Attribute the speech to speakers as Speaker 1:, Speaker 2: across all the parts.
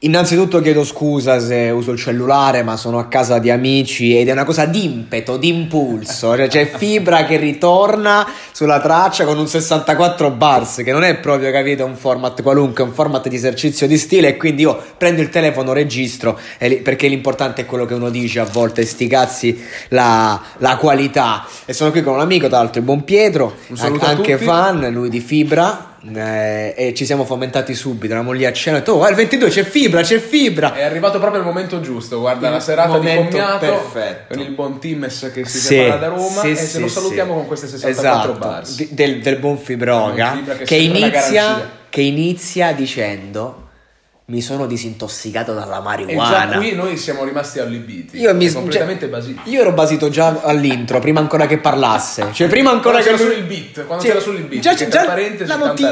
Speaker 1: Innanzitutto chiedo scusa se uso il cellulare, ma sono a casa di amici ed è una cosa d'impeto, d'impulso. Cioè, c'è Fibra che ritorna sulla traccia con un 64 bars, che non è proprio, capito, un format qualunque, è un format di esercizio di stile. E quindi io prendo il telefono, registro, e li- perché l'importante è quello che uno dice a volte, sti cazzi, la, la qualità. E sono qui con un amico, tra l'altro, il buon Pietro,
Speaker 2: Un saluto a
Speaker 1: anche
Speaker 2: tutti.
Speaker 1: fan fan, lui di Fibra. eh, e ci siamo fomentati subito. Eravamo lì a cena. ho detto, Oh, guarda, il 22 c'è Fibra, c'è Fibra.
Speaker 2: È arrivato proprio il momento giusto, guarda
Speaker 1: Il
Speaker 2: la serata di
Speaker 1: momento
Speaker 2: commiato
Speaker 1: perfetto.
Speaker 2: con il buon Timmes che si
Speaker 1: Sì,
Speaker 2: separa da Roma
Speaker 1: sì,
Speaker 2: e
Speaker 1: sì,
Speaker 2: se lo
Speaker 1: sì.
Speaker 2: salutiamo con queste 64
Speaker 1: Esatto,
Speaker 2: bars.
Speaker 1: di- del, del buon Fibroga
Speaker 2: Del buon Fibra che
Speaker 1: che,
Speaker 2: sembra la
Speaker 1: inizia,
Speaker 2: garanzia.
Speaker 1: che inizia dicendo mi sono disintossicato dalla
Speaker 2: E già
Speaker 1: marijuana.
Speaker 2: qui noi siamo rimasti allibiti.
Speaker 1: Io, mi,
Speaker 2: È completamente
Speaker 1: cioè,
Speaker 2: basiti.
Speaker 1: io ero basito già all'intro, prima ancora che parlasse. Cioè, prima ancora
Speaker 2: Quando
Speaker 1: che
Speaker 2: c'era
Speaker 1: lui-
Speaker 2: solo il beat, quando
Speaker 1: Cioè,
Speaker 2: c'era solo il beat,
Speaker 1: già-
Speaker 2: che
Speaker 1: già
Speaker 2: tra parentesi,
Speaker 1: la
Speaker 2: tanta
Speaker 1: notina.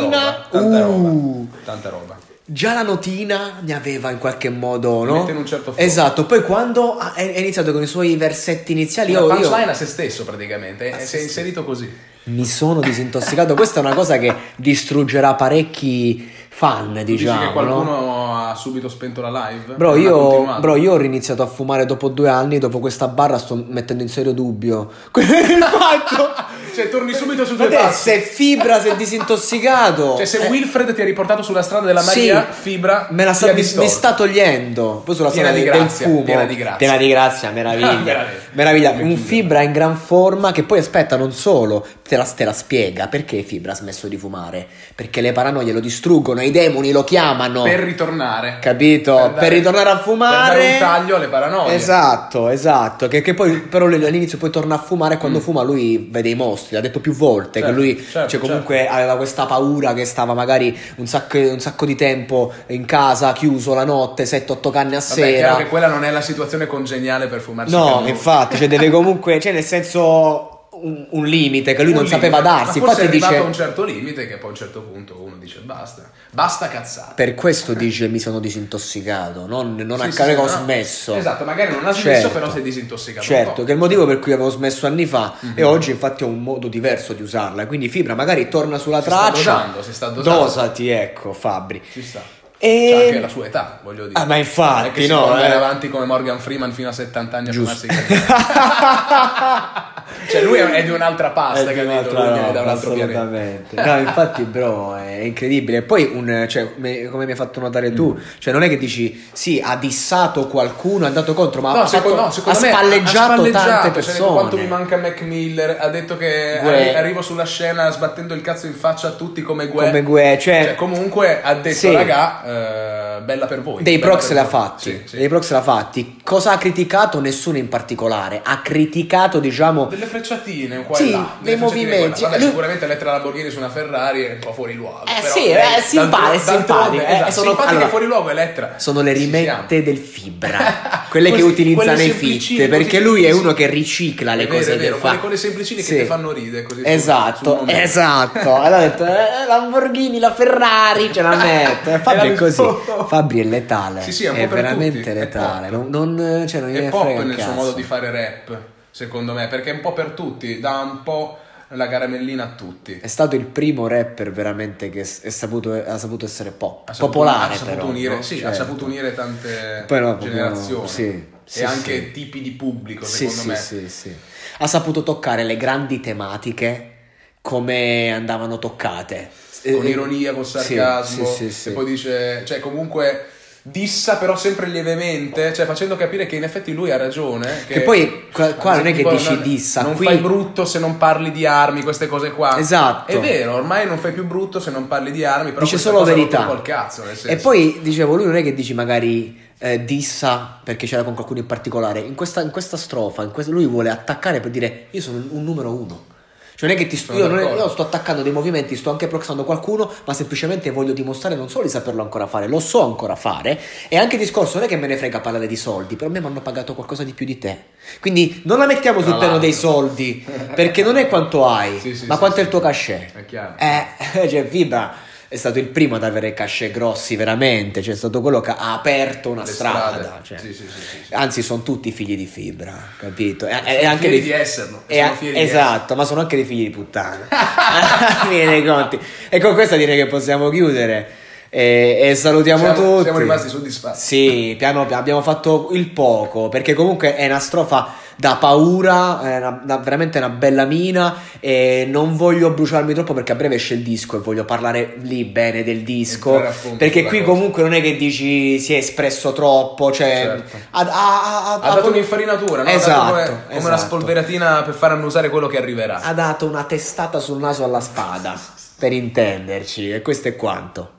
Speaker 2: roba, tanta
Speaker 1: Uh.
Speaker 2: roba, tanta roba.
Speaker 1: Già la notina mi aveva in qualche modo, no?
Speaker 2: Mette in un certo flow.
Speaker 1: Esatto, poi quando ha- è è iniziato con i suoi versetti iniziali, oh,
Speaker 2: Cioè, La
Speaker 1: Eh, io, io
Speaker 2: punchline a se stesso praticamente, eh,
Speaker 1: se
Speaker 2: si è
Speaker 1: stesso.
Speaker 2: inserito così.
Speaker 1: mi sono disintossicato. Questa è una cosa che distruggerà parecchi fan,
Speaker 2: Dici
Speaker 1: diciamo.
Speaker 2: che qualcuno
Speaker 1: no?
Speaker 2: ha subito spento la live?
Speaker 1: Bro
Speaker 2: Non ha
Speaker 1: io,
Speaker 2: continuato?
Speaker 1: bro, io ho riniziato a fumare dopo due anni, dopo questa barra sto mettendo in serio dubbio. Quello è il fatto.
Speaker 2: Cioè, torni subito su due
Speaker 1: Vabbè,
Speaker 2: passi.
Speaker 1: se fibra si è disintossicato.
Speaker 2: Cioè, se
Speaker 1: eh,
Speaker 2: Wilfred ti ha riportato sulla strada della
Speaker 1: Sì.
Speaker 2: Maria, fibra
Speaker 1: me la
Speaker 2: ti
Speaker 1: sta,
Speaker 2: ha
Speaker 1: mi,
Speaker 2: distorto.
Speaker 1: mi sta togliendo. Poi sulla
Speaker 2: Piena
Speaker 1: strada
Speaker 2: di
Speaker 1: del-
Speaker 2: grazia,
Speaker 1: del fumo.
Speaker 2: piena di grazia.
Speaker 1: Piena di grazia, meraviglia.
Speaker 2: Meraviglia.
Speaker 1: meraviglia.
Speaker 2: Come
Speaker 1: Un
Speaker 2: Fibra.
Speaker 1: fibra in gran forma che poi aspetta non solo, te la, te la spiega perché fibra ha smesso di fumare. Perché le paranoie lo distruggono, i demoni lo chiamano.
Speaker 2: per ritornare.
Speaker 1: Capito? Per,
Speaker 2: dare-
Speaker 1: ritornare a fumare.
Speaker 2: Per dare un taglio alle paranoie.
Speaker 1: Esatto, esatto. Che, che poi, però, lui all'inizio poi torna a fumare. e Quando fuma, lui vede i mostri. L'ha detto più volte.
Speaker 2: Mm. Certo,
Speaker 1: che lui,
Speaker 2: certo,
Speaker 1: cioè, comunque, aveva questa paura che stava magari un sacco, un sacco di tempo in casa, chiuso la notte, 7-8 canne a
Speaker 2: Vabbè, è chiaro
Speaker 1: sera.
Speaker 2: che quella non è la situazione congeniale per fumarsi.
Speaker 1: No,
Speaker 2: cannone.
Speaker 1: infatti, cioè, deve comunque, cioè, nel senso. Un, un limite che lui
Speaker 2: Un
Speaker 1: non
Speaker 2: limite.
Speaker 1: sapeva darsi.
Speaker 2: Ma
Speaker 1: Infatti,
Speaker 2: forse è arrivato
Speaker 1: dice.
Speaker 2: a un certo limite che poi a un certo punto uno dice basta, basta cazzate.
Speaker 1: Per questo dice mi sono disintossicato, non, non
Speaker 2: Sì,
Speaker 1: a
Speaker 2: sì,
Speaker 1: caso
Speaker 2: sì,
Speaker 1: ho
Speaker 2: no.
Speaker 1: smesso.
Speaker 2: Esatto, magari non ha smesso, però si è Mhm. disintossicato un
Speaker 1: Certo,
Speaker 2: po'.
Speaker 1: che è il motivo per cui avevo smesso anni fa e oggi infatti ho un modo diverso di usarla. Quindi fibra magari torna sulla
Speaker 2: Si sta
Speaker 1: traccia.
Speaker 2: dosando, si sta dosando.
Speaker 1: Dosati, ecco Fabri.
Speaker 2: Ci sta.
Speaker 1: E-
Speaker 2: C'ha anche la sua età, voglio dire.
Speaker 1: Ah, ma infatti,
Speaker 2: Non è che si
Speaker 1: no,
Speaker 2: può andare
Speaker 1: eh.
Speaker 2: avanti come Morgan Freeman fino a 70 anni a
Speaker 1: Giusto.
Speaker 2: fumarsi i cannoni. Cioè, lui è è di un'altra pasta,
Speaker 1: È di
Speaker 2: capito?
Speaker 1: un'altra
Speaker 2: Lui viene
Speaker 1: roba,
Speaker 2: da un altro pianeta.
Speaker 1: assolutamente. No, infatti, bro, è incredibile. E Poi, un, cioè, me- come mi hai fatto notare
Speaker 2: Mm.
Speaker 1: tu, cioè, non è che dici sì, ha dissato qualcuno, è andato contro, ma ha,
Speaker 2: No, secondo,
Speaker 1: fatto-
Speaker 2: no, secondo
Speaker 1: ha
Speaker 2: me
Speaker 1: spalleggiato,
Speaker 2: ha spalleggiato, cioè, ha
Speaker 1: tante
Speaker 2: detto
Speaker 1: persone.
Speaker 2: quanto mi manca Mac Miller, ha detto che
Speaker 1: Guè.
Speaker 2: arri- arrivo sulla scena sbattendo il cazzo in faccia a tutti come Gue.
Speaker 1: Come Guè, cioè-
Speaker 2: comunque ha detto
Speaker 1: Sì.
Speaker 2: raga, eh, bella per voi.
Speaker 1: Dei
Speaker 2: bella
Speaker 1: prox
Speaker 2: per
Speaker 1: l'ha
Speaker 2: voi.
Speaker 1: fatti,
Speaker 2: Sì, sì.
Speaker 1: dei prox l'ha fatti. Cosa ha criticato? Nessuno in particolare. Ha criticato, diciamo,
Speaker 2: Delle frecciatine qua
Speaker 1: Sì,
Speaker 2: e là.
Speaker 1: dei
Speaker 2: delle frecciatine qua e là.
Speaker 1: movimenti.
Speaker 2: Vabbè,
Speaker 1: Lui-
Speaker 2: sicuramente l'Etra Lamborghini su una Ferrari è un po' fuori luogo.
Speaker 1: Eh
Speaker 2: però
Speaker 1: sì,
Speaker 2: lei-
Speaker 1: eh, simpatica,
Speaker 2: d'altro-
Speaker 1: simpatica,
Speaker 2: d'altronde,
Speaker 1: eh,
Speaker 2: esatto,
Speaker 1: sono-
Speaker 2: simpatica
Speaker 1: allora,
Speaker 2: e fuori luogo è l'Etra.
Speaker 1: sono le
Speaker 2: Ci
Speaker 1: rimette
Speaker 2: siamo.
Speaker 1: del fibra, quelle che
Speaker 2: Così,
Speaker 1: utilizza
Speaker 2: quelle
Speaker 1: nei
Speaker 2: semplicine,
Speaker 1: fit, perché
Speaker 2: così-
Speaker 1: lui è
Speaker 2: sì.
Speaker 1: uno che ricicla le
Speaker 2: È vero,
Speaker 1: cose
Speaker 2: è vero,
Speaker 1: che fa.
Speaker 2: quelle cose semplicine che ti fanno ridere, così, sul- sul
Speaker 1: Esatto,
Speaker 2: momento.
Speaker 1: esatto. E l'ha detto eh, Lamborghini, la Ferrari, ce la metto. E Fabri
Speaker 2: Era
Speaker 1: è così.
Speaker 2: tutto.
Speaker 1: Fabri è letale.
Speaker 2: Sì, sì, è un po' per
Speaker 1: veramente
Speaker 2: tutti, è
Speaker 1: letale.
Speaker 2: pop.
Speaker 1: Non, non- cioè, non
Speaker 2: è
Speaker 1: gliene
Speaker 2: pop
Speaker 1: frega un
Speaker 2: nel suo
Speaker 1: cazzo.
Speaker 2: modo di fare rap, secondo me, perché è un po' per tutti, dà un po' la caramellina a tutti.
Speaker 1: È stato il primo rapper veramente che s- è saputo- ha saputo essere pop.
Speaker 2: Ha saputo-
Speaker 1: popolare,
Speaker 2: ha saputo
Speaker 1: però,
Speaker 2: unire,
Speaker 1: no?
Speaker 2: sì, ha
Speaker 1: Certo.
Speaker 2: saputo unire tante
Speaker 1: Poi no, proprio-
Speaker 2: generazioni
Speaker 1: sì,
Speaker 2: e
Speaker 1: sì,
Speaker 2: anche
Speaker 1: sì.
Speaker 2: tipi di pubblico,
Speaker 1: Sì,
Speaker 2: ecco, secondo
Speaker 1: sì, sì,
Speaker 2: me.
Speaker 1: sì. Ha saputo toccare le grandi tematiche come andavano toccate.
Speaker 2: con
Speaker 1: Eh,
Speaker 2: ironia, con
Speaker 1: sì,
Speaker 2: sarcasmo,
Speaker 1: sì, sì, sì.
Speaker 2: e poi dice, cioè comunque dissa però sempre lievemente, cioè facendo capire che in effetti lui ha ragione.
Speaker 1: Che poi qua- qua non è che
Speaker 2: tipo,
Speaker 1: dici
Speaker 2: non-
Speaker 1: dissa,
Speaker 2: Non
Speaker 1: qui-
Speaker 2: fai brutto se non parli di armi, queste cose qua.
Speaker 1: Esatto.
Speaker 2: È vero, ormai non fai più brutto se non parli di armi, però
Speaker 1: dice
Speaker 2: questa
Speaker 1: solo
Speaker 2: cosa
Speaker 1: verità.
Speaker 2: l'ho tolto col cazzo, nel
Speaker 1: E
Speaker 2: senso.
Speaker 1: poi dicevo, lui non è che dici magari eh, dissa perché c'era con qualcuno in particolare. In questa, in questa strofa, in questo- lui vuole attaccare per dire io sono un numero uno. Cioè non è che ti sto,
Speaker 2: Sono
Speaker 1: io, non è-
Speaker 2: d'accordo.
Speaker 1: io sto attaccando dei movimenti, sto anche proxando qualcuno, ma semplicemente voglio dimostrare non solo di saperlo ancora fare, lo so ancora fare. E anche il discorso non è che me ne frega parlare di soldi, però a me mi hanno pagato qualcosa di più di te. Quindi non la mettiamo
Speaker 2: Tra
Speaker 1: sul piano dei
Speaker 2: l'altro.
Speaker 1: soldi, perché non è quanto hai,
Speaker 2: Sì, sì,
Speaker 1: ma
Speaker 2: sì,
Speaker 1: quanto
Speaker 2: sì,
Speaker 1: è il tuo
Speaker 2: sì.
Speaker 1: cachet.
Speaker 2: È chiaro.
Speaker 1: Eh, cioè Vibra è stato il primo ad avere cachet grossi veramente, cioè è stato quello che ha aperto una
Speaker 2: Le
Speaker 1: strada.
Speaker 2: strade.
Speaker 1: cioè.
Speaker 2: Sì, sì, sì, sì, sì.
Speaker 1: Anzi, sono tutti figli di Fibra, capito? E, e
Speaker 2: Sono
Speaker 1: anche
Speaker 2: fieri
Speaker 1: dei-
Speaker 2: di esserlo,
Speaker 1: e
Speaker 2: sono
Speaker 1: a-
Speaker 2: fieri di
Speaker 1: esatto, ma sono anche dei figli di puttana. Alla fine dei conti. E con questa direi che possiamo chiudere. E, e salutiamo
Speaker 2: Siamo-
Speaker 1: tutti.
Speaker 2: siamo rimasti soddisfatti.
Speaker 1: Sì, piano piano abbiamo fatto il poco, perché comunque è una strofa da paura, è una- una- veramente una bella mina e non voglio bruciarmi troppo perché a breve esce il disco e voglio parlare lì bene del disco,
Speaker 2: Entrare a fondo
Speaker 1: perché
Speaker 2: sulla
Speaker 1: qui
Speaker 2: cosa.
Speaker 1: comunque non è che dici si è espresso troppo, cioè
Speaker 2: Certo.
Speaker 1: ha, ha- ha- ha-
Speaker 2: ha dato un'infarinatura, no? Ha dato
Speaker 1: Esatto,
Speaker 2: come, come una
Speaker 1: esatto.
Speaker 2: spolveratina per far annusare quello che arriverà.
Speaker 1: ha dato una testata sul naso alla spada, per intenderci, e questo è quanto.